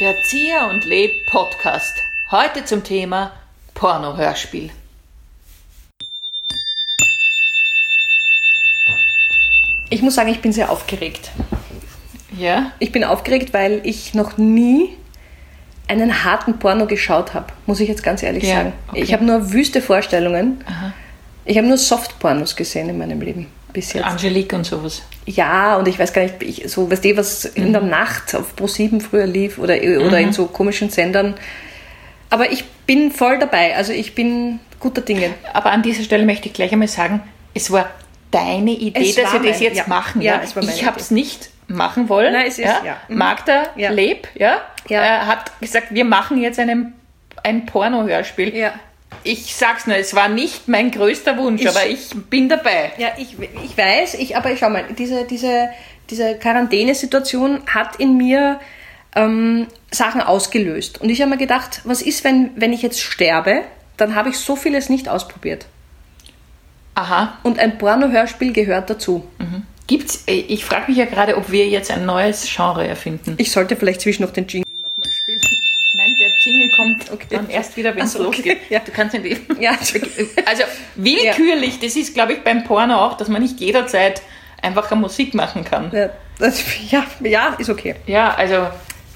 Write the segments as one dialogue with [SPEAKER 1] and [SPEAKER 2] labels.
[SPEAKER 1] Der Zier und Leb Podcast. Heute zum Thema Pornohörspiel.
[SPEAKER 2] Ich muss sagen, ich bin sehr aufgeregt.
[SPEAKER 1] Ja?
[SPEAKER 2] Ich bin aufgeregt, weil ich noch nie einen harten Porno geschaut habe, muss ich jetzt ganz ehrlich
[SPEAKER 1] Ja,
[SPEAKER 2] sagen.
[SPEAKER 1] okay.
[SPEAKER 2] Ich habe nur wüste Vorstellungen. Ich habe nur Soft-Pornos gesehen in meinem Leben bis jetzt.
[SPEAKER 1] Angelique und sowas.
[SPEAKER 2] Ja, und ich weiß gar nicht, ich, so, weißt du, was
[SPEAKER 1] Mhm.
[SPEAKER 2] in der Nacht auf Pro7 früher lief oder, oder in so komischen Sendern. Aber ich bin voll dabei, also ich bin guter Dinge.
[SPEAKER 1] Aber an dieser Stelle möchte ich gleich einmal sagen, es war deine Idee,
[SPEAKER 2] Es
[SPEAKER 1] dass
[SPEAKER 2] war
[SPEAKER 1] wir das
[SPEAKER 2] meine-
[SPEAKER 1] jetzt
[SPEAKER 2] ja.
[SPEAKER 1] machen.
[SPEAKER 2] Ja, es war meine
[SPEAKER 1] ich habe es nicht machen wollen.
[SPEAKER 2] Nein, es ist- ja. Mhm.
[SPEAKER 1] Magda
[SPEAKER 2] Ja.
[SPEAKER 1] Leb ja,
[SPEAKER 2] Ja.
[SPEAKER 1] Äh, hat gesagt, wir machen jetzt einen, ein Pornohörspiel.
[SPEAKER 2] Ja.
[SPEAKER 1] Ich sag's nur, es war nicht mein größter Wunsch,
[SPEAKER 2] Ich-
[SPEAKER 1] aber ich bin dabei.
[SPEAKER 2] Ja, ich, ich weiß, ich, aber schau mal, diese, diese, diese Quarantänesituation hat in mir ähm, Sachen ausgelöst. Und ich habe mir gedacht, was ist, wenn, wenn ich jetzt sterbe, dann habe ich so vieles nicht ausprobiert.
[SPEAKER 1] Aha.
[SPEAKER 2] Und ein Porno-Hörspiel gehört dazu.
[SPEAKER 1] Gibt's, äh, ich frage mich ja gerade, ob wir jetzt ein neues Genre erfinden.
[SPEAKER 2] Ich sollte vielleicht zwischen noch den Jingle nochmal spielen.
[SPEAKER 1] Nein, der Jingle kommt
[SPEAKER 2] Okay.
[SPEAKER 1] dann erst wieder, wenn es
[SPEAKER 2] Ach so, okay.
[SPEAKER 1] losgeht.
[SPEAKER 2] Ja.
[SPEAKER 1] Du kannst nicht.
[SPEAKER 2] Ja,
[SPEAKER 1] Also willkürlich, das ist, glaube ich, beim Porno auch, dass man nicht jederzeit einfach eine Musik machen kann.
[SPEAKER 2] ja, das, ja, ja, ist okay.
[SPEAKER 1] Ja, also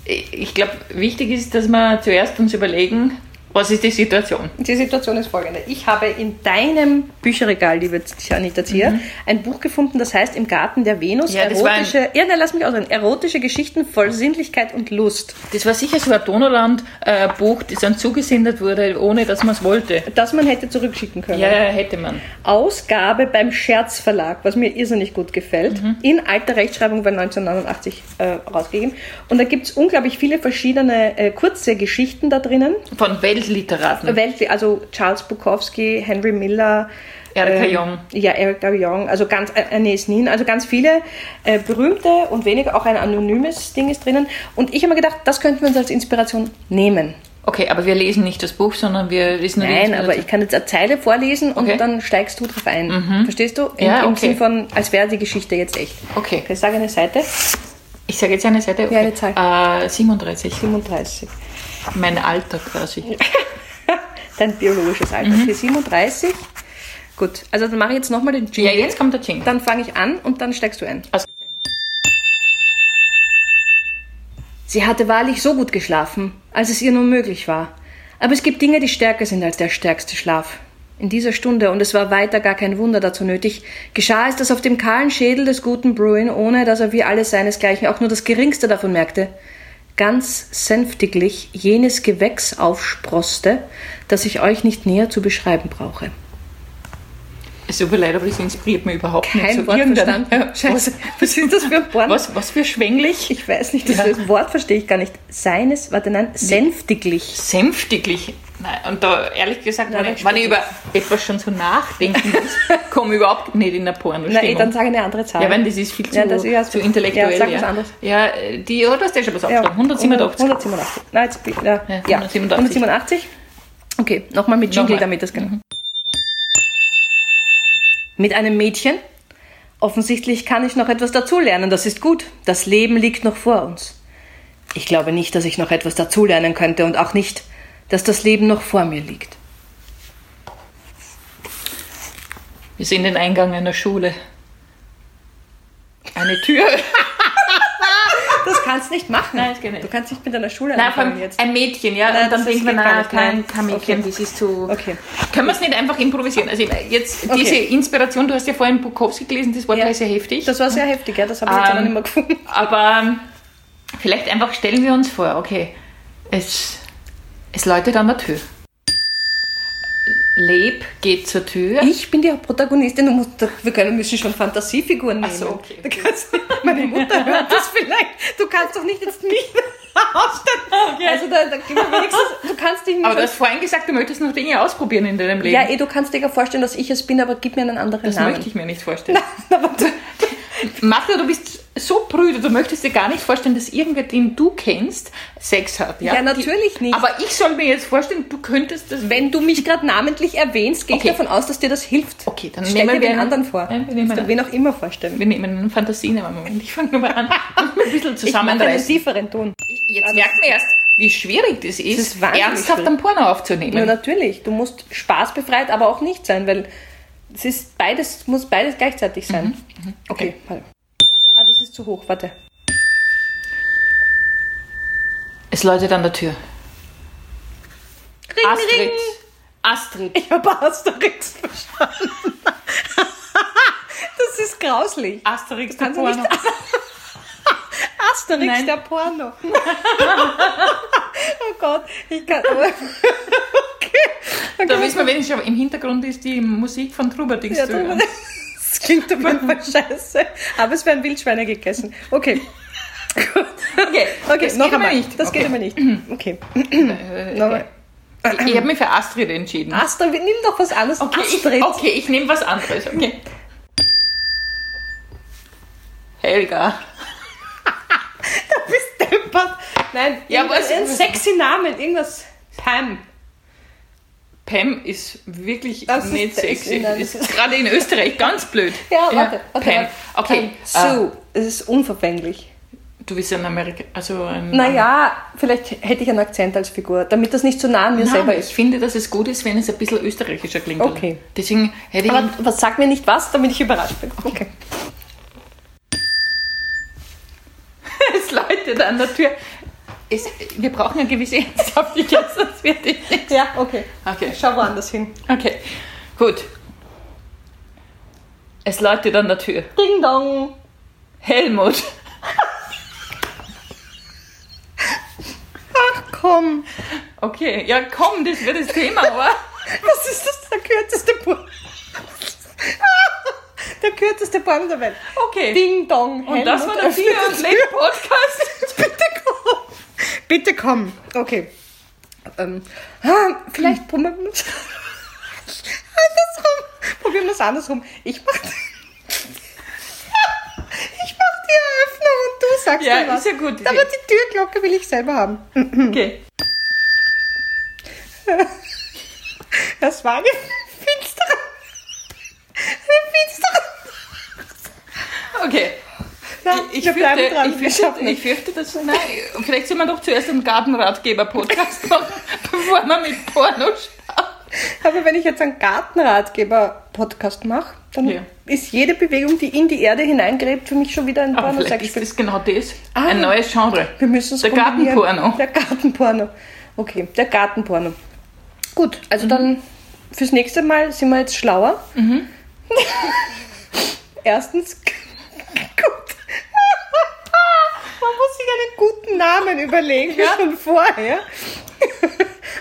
[SPEAKER 1] ich ich glaube, wichtig ist, dass wir zuerst uns überlegen, was ist die Situation.
[SPEAKER 2] Die Situation ist folgende. Ich habe in deinem Bücherregal, liebe Anita Zier, ein Buch gefunden, das heißt Im Garten der Venus,
[SPEAKER 1] Mhm. Ja, das war ein-
[SPEAKER 2] erotische, ja, nein, lass mich ausreden, erotische Geschichten voll Sinnlichkeit und Lust.
[SPEAKER 1] Das war sicher so ein Donauland-Buch, das dann zugesendet wurde, ohne dass man es wollte.
[SPEAKER 2] Das man hätte zurückschicken können.
[SPEAKER 1] Ja, hätte man.
[SPEAKER 2] Ausgabe beim Scherzverlag, was mir irrsinnig gut gefällt,
[SPEAKER 1] Mhm.
[SPEAKER 2] in alter Rechtschreibung bei 1989 äh, rausgegeben. Und da gibt es unglaublich viele verschiedene äh, kurze Geschichten da drinnen.
[SPEAKER 1] Von Weltliteraten.
[SPEAKER 2] Welt, also Charles Bukowski, Henry Miller, ähm,
[SPEAKER 1] Erika Jong.
[SPEAKER 2] Ja, Erika Young, also ganz, äh, Agnes Nin, also ganz viele äh, berühmte und weniger, auch ein anonymes Ding ist drinnen. Und ich habe mir gedacht, das könnten wir uns als Inspiration nehmen.
[SPEAKER 1] Okay, aber wir lesen nicht das Buch, sondern wir lesen nur die
[SPEAKER 2] Nein, aber
[SPEAKER 1] Inspiration.
[SPEAKER 2] ich kann jetzt eine Zeile vorlesen und
[SPEAKER 1] Okay. Mhm.
[SPEAKER 2] dann steigst du drauf ein. Verstehst du? Im,
[SPEAKER 1] Ja,
[SPEAKER 2] Im
[SPEAKER 1] okay.
[SPEAKER 2] Sinn von, als wäre die Geschichte jetzt echt.
[SPEAKER 1] Okay.
[SPEAKER 2] Ich sage eine Seite,
[SPEAKER 1] Ich sage jetzt eine Seite. Okay.
[SPEAKER 2] Ja, eine Zahl.
[SPEAKER 1] Äh, 37.
[SPEAKER 2] 37.
[SPEAKER 1] Mein Alter quasi.
[SPEAKER 2] Dein biologisches Alter.
[SPEAKER 1] Mhm.
[SPEAKER 2] Für 37. Gut, also dann mache ich jetzt nochmal den
[SPEAKER 1] Ja,
[SPEAKER 2] Jingle.
[SPEAKER 1] jetzt kommt der Jingle.
[SPEAKER 2] Dann fange ich an und dann steigst du ein.
[SPEAKER 1] Also-
[SPEAKER 2] Sie hatte wahrlich so gut geschlafen, als es ihr nur möglich war. Aber es gibt Dinge, die stärker sind als der stärkste Schlaf. In dieser Stunde, und es war weiter gar kein Wunder dazu nötig, geschah es, dass auf dem kahlen Schädel des guten Bruin, ohne dass er wie alles seinesgleichen auch nur das geringste davon merkte, ganz sänftiglich jenes Gewächs aufsproßte, das ich euch nicht näher zu beschreiben brauche.
[SPEAKER 1] Es tut mir leid, aber das inspiriert mir überhaupt nicht.
[SPEAKER 2] Kein
[SPEAKER 1] zu
[SPEAKER 2] Wort
[SPEAKER 1] irgendeinem-
[SPEAKER 2] verstanden. Scheiße,
[SPEAKER 1] Was,
[SPEAKER 2] was ist das für ein Porno?
[SPEAKER 1] was, was für schwänglich?
[SPEAKER 2] Ich weiß nicht, das
[SPEAKER 1] Ja.
[SPEAKER 2] Wort verstehe ich gar nicht. Seines, warte, nein, sänftiglich.
[SPEAKER 1] Sänftiglich. Nein, und da ehrlich gesagt,
[SPEAKER 2] Nein,
[SPEAKER 1] wenn,
[SPEAKER 2] das
[SPEAKER 1] ich,
[SPEAKER 2] stimmt
[SPEAKER 1] wenn ich über etwas schon so nachdenken muss, komme ich überhaupt nicht in der
[SPEAKER 2] Nein, eh,
[SPEAKER 1] Porno-Stimmung.
[SPEAKER 2] dann sage eine andere Zahl.
[SPEAKER 1] ja, wenn das ist viel zu,
[SPEAKER 2] Ja, das- ja,
[SPEAKER 1] zu intellektuell.
[SPEAKER 2] ja, sag was anderes.
[SPEAKER 1] ja äh, die, oh, du hast ja schon was
[SPEAKER 2] Ja,
[SPEAKER 1] aufgeschrieben. 187.
[SPEAKER 2] 187. Nein, jetzt, bin- ja,
[SPEAKER 1] Ja,
[SPEAKER 2] ja,
[SPEAKER 1] 187.
[SPEAKER 2] 187. Okay, nochmal mit Jingle,
[SPEAKER 1] Nochmal. Mhm.
[SPEAKER 2] damit das genau. Mit einem Mädchen? Offensichtlich kann ich noch etwas dazulernen, das ist gut. Das Leben liegt noch vor uns. Ich glaube nicht, dass ich noch etwas dazulernen könnte und auch nicht, dass das Leben noch vor mir liegt.
[SPEAKER 1] Wir sehen den Eingang einer Schule. Eine Tür.
[SPEAKER 2] Das kannst du nicht machen.
[SPEAKER 1] Nein, das geht nicht.
[SPEAKER 2] Du kannst nicht mit einer Schule
[SPEAKER 1] Nein, vor
[SPEAKER 2] anfangen
[SPEAKER 1] allem
[SPEAKER 2] jetzt.
[SPEAKER 1] ein Mädchen, ja.
[SPEAKER 2] Nein,
[SPEAKER 1] und dann
[SPEAKER 2] das ist-
[SPEAKER 1] denkt man,
[SPEAKER 2] geht gar
[SPEAKER 1] na,
[SPEAKER 2] nicht, nein.
[SPEAKER 1] kein Kaminchen,
[SPEAKER 2] Okay.
[SPEAKER 1] das ist zu.
[SPEAKER 2] Okay.
[SPEAKER 1] Können wir es nicht einfach improvisieren? Also jetzt diese
[SPEAKER 2] Okay.
[SPEAKER 1] Inspiration, du hast ja vorhin Bukowski gelesen, das Wort
[SPEAKER 2] Ja.
[SPEAKER 1] war sehr heftig.
[SPEAKER 2] Das war sehr heftig, ja, das habe ich jetzt
[SPEAKER 1] Ähm,
[SPEAKER 2] auch noch nicht mehr gefunden.
[SPEAKER 1] Aber ähm, vielleicht einfach stellen wir uns vor, okay, es, es läutet an der Tür. Leb geht zur Tür.
[SPEAKER 2] Ich bin die Protagonistin und muss, wir können, müssen schon Fantasiefiguren nehmen.
[SPEAKER 1] so, okay.
[SPEAKER 2] Du kannst, meine Mutter hört das vielleicht. Du kannst doch nicht jetzt mich ausstellen. Also da, da gib mir wenigstens, du kannst dich nicht...
[SPEAKER 1] aber du hast vorhin gesagt, du möchtest noch Dinge ausprobieren in deinem Leben.
[SPEAKER 2] ja, eh, du kannst dir ja vorstellen, dass ich es bin, aber gib mir einen anderen
[SPEAKER 1] das
[SPEAKER 2] Namen.
[SPEAKER 1] möchte ich mir nicht vorstellen.
[SPEAKER 2] aber du,
[SPEAKER 1] Magda, du bist so prüde, du möchtest dir gar nicht vorstellen, dass irgendwer, den du kennst, Sex hat. Ja,
[SPEAKER 2] Ja, natürlich
[SPEAKER 1] Die,
[SPEAKER 2] nicht.
[SPEAKER 1] Aber ich soll mir jetzt vorstellen, du könntest das.
[SPEAKER 2] wenn du mich gerade namentlich erwähnst, gehe
[SPEAKER 1] Okay.
[SPEAKER 2] ich davon aus, dass dir das hilft.
[SPEAKER 1] Okay, dann
[SPEAKER 2] Stell
[SPEAKER 1] nehmen
[SPEAKER 2] dir
[SPEAKER 1] wir
[SPEAKER 2] den
[SPEAKER 1] einen-
[SPEAKER 2] anderen vor.
[SPEAKER 1] Nein, wir nehmen
[SPEAKER 2] Kannst du
[SPEAKER 1] einen-
[SPEAKER 2] wen auch immer vorstellen.
[SPEAKER 1] Wir nehmen einen Fantasien im Moment. Ich fange nur mal an. Ein bisschen
[SPEAKER 2] Ich mache einen
[SPEAKER 1] zusammenreißen.
[SPEAKER 2] tieferen Ton.
[SPEAKER 1] Ich, Jetzt merkt man erst, wie schwierig das ist,
[SPEAKER 2] ist wahnsinnig
[SPEAKER 1] ernsthaft
[SPEAKER 2] schwierig.
[SPEAKER 1] einen Porno
[SPEAKER 2] Ja,
[SPEAKER 1] aufzunehmen.
[SPEAKER 2] natürlich. Du musst spaßbefreit, aber auch nicht sein, weil es ist beides, muss beides gleichzeitig sein. Mhm, Okay, warte. Ah, das ist zu hoch, warte.
[SPEAKER 1] Es läutet an der Tür.
[SPEAKER 2] Ring,
[SPEAKER 1] Astrid. Astrid.
[SPEAKER 2] Ich habe Asterix verstanden. das ist grauslich.
[SPEAKER 1] Asterix, der
[SPEAKER 2] Kannst du nicht-
[SPEAKER 1] Porno.
[SPEAKER 2] Asterix,
[SPEAKER 1] Nein.
[SPEAKER 2] der Porno. oh Gott, ich kann... Okay. okay.
[SPEAKER 1] Da wissen wir wenigstens, aber im Hintergrund ist die Musik von Trubadix
[SPEAKER 2] Ja,
[SPEAKER 1] zu
[SPEAKER 2] drüber.
[SPEAKER 1] hören.
[SPEAKER 2] Das klingt auf jeden Fall scheiße. Aber es werden Wildschweine gegessen. Okay. Gut.
[SPEAKER 1] Okay,
[SPEAKER 2] Okay,
[SPEAKER 1] das
[SPEAKER 2] noch
[SPEAKER 1] geht aber
[SPEAKER 2] einmal.
[SPEAKER 1] nicht.
[SPEAKER 2] Das
[SPEAKER 1] Okay. Äh,
[SPEAKER 2] geht aber nicht. Okay. Noch einmal.
[SPEAKER 1] Ich, ich habe mich für Astrid entschieden.
[SPEAKER 2] Astrid, nimm doch was anderes.
[SPEAKER 1] Okay,
[SPEAKER 2] Astrid.
[SPEAKER 1] ich, okay, ich nehme was anderes. Okay. Helga.
[SPEAKER 2] Du bist deppert. Nein,
[SPEAKER 1] Ja, aber
[SPEAKER 2] irgendwas-
[SPEAKER 1] es-
[SPEAKER 2] ein sexy Namen. Irgendwas. Pam.
[SPEAKER 1] Pam ist wirklich
[SPEAKER 2] Das ist
[SPEAKER 1] nicht
[SPEAKER 2] sexy,
[SPEAKER 1] sexy.
[SPEAKER 2] nein,
[SPEAKER 1] ist
[SPEAKER 2] das ist-
[SPEAKER 1] gerade in Österreich ganz blöd.
[SPEAKER 2] Ja, warte. warte
[SPEAKER 1] Pam.
[SPEAKER 2] warte.
[SPEAKER 1] Okay.
[SPEAKER 2] Pam.
[SPEAKER 1] äh,
[SPEAKER 2] Sue. Es ist unverfänglich.
[SPEAKER 1] du bist ein Amerikaner. Also ein,
[SPEAKER 2] Naja, vielleicht hätte ich einen Akzent als Figur, damit das nicht zu nah an mir
[SPEAKER 1] Nein,
[SPEAKER 2] selber
[SPEAKER 1] ich
[SPEAKER 2] ist.
[SPEAKER 1] finde, dass es gut ist, wenn es ein bisschen österreichischer klingt.
[SPEAKER 2] Okay.
[SPEAKER 1] Deswegen hätte ich.
[SPEAKER 2] Aber was sag mir nicht was, damit ich überrascht bin. Okay.
[SPEAKER 1] es läutet an der Tür. Es, wir brauchen eine gewisse Ernsthaftigkeit, sonst wird es nichts.
[SPEAKER 2] Ja, okay.
[SPEAKER 1] Okay.
[SPEAKER 2] Schau woanders hin.
[SPEAKER 1] Okay. Gut. Es läutet an der Tür.
[SPEAKER 2] Ding dong.
[SPEAKER 1] Helmut.
[SPEAKER 2] Ach komm.
[SPEAKER 1] Okay, ja komm, das wird das Thema, aber.
[SPEAKER 2] Was ist das? Der kürzeste Porn. Der kürzeste Porn der Welt.
[SPEAKER 1] Okay.
[SPEAKER 2] Ding dong.
[SPEAKER 1] Und das war der
[SPEAKER 2] Helmut
[SPEAKER 1] Bier und
[SPEAKER 2] öffnet
[SPEAKER 1] Late Podcast.
[SPEAKER 2] die Tür. Bitte komm. Bitte komm. Okay. Ähm, ah, vielleicht probieren wir es andersrum. Probieren wir es andersrum. Ich mach, ich mach die Eröffnung und du sagst
[SPEAKER 1] Ja,
[SPEAKER 2] mir was.
[SPEAKER 1] ist ja gut.
[SPEAKER 2] Aber die Türglocke will ich selber haben.
[SPEAKER 1] Okay.
[SPEAKER 2] Das war eine finstere. Eine finstere.
[SPEAKER 1] Okay.
[SPEAKER 2] Nein,
[SPEAKER 1] Ich
[SPEAKER 2] wir
[SPEAKER 1] fürchte,
[SPEAKER 2] bleiben dran.
[SPEAKER 1] ich
[SPEAKER 2] wir
[SPEAKER 1] fürchte,
[SPEAKER 2] schaffen
[SPEAKER 1] ich
[SPEAKER 2] es.
[SPEAKER 1] fürchte dass, nein, vielleicht soll man doch zuerst einen Gartenratgeber-Podcast machen, bevor man mit Porno startet.
[SPEAKER 2] Aber wenn ich jetzt einen Gartenratgeber-Podcast mache, dann
[SPEAKER 1] Ja.
[SPEAKER 2] ist jede Bewegung, die in die Erde hineingräbt, für mich schon wieder ein
[SPEAKER 1] Aber
[SPEAKER 2] porno
[SPEAKER 1] vielleicht ist
[SPEAKER 2] Wir
[SPEAKER 1] das genau das.
[SPEAKER 2] Ah.
[SPEAKER 1] Ein neues Genre.
[SPEAKER 2] müssen es
[SPEAKER 1] Der
[SPEAKER 2] kombinieren.
[SPEAKER 1] Gartenporno.
[SPEAKER 2] Der Gartenporno. Okay, der Gartenporno. Gut, also
[SPEAKER 1] Mhm.
[SPEAKER 2] dann fürs nächste Mal sind wir jetzt schlauer. Erstens, gut. Man muss sich einen guten Namen überlegen,
[SPEAKER 1] Ja.
[SPEAKER 2] schon vorher.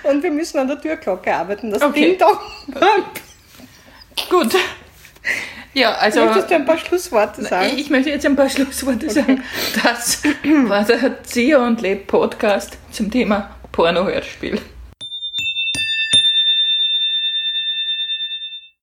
[SPEAKER 2] Und wir müssen an der Türglocke arbeiten. Das
[SPEAKER 1] Okay.
[SPEAKER 2] Ding doch.
[SPEAKER 1] Gut. Ja, also.
[SPEAKER 2] Möchtest du ein paar Schlussworte sagen?
[SPEAKER 1] Ich möchte jetzt ein paar Schlussworte sagen. Das war der Zieher und Leb Podcast zum Thema Porno-Hörspiel.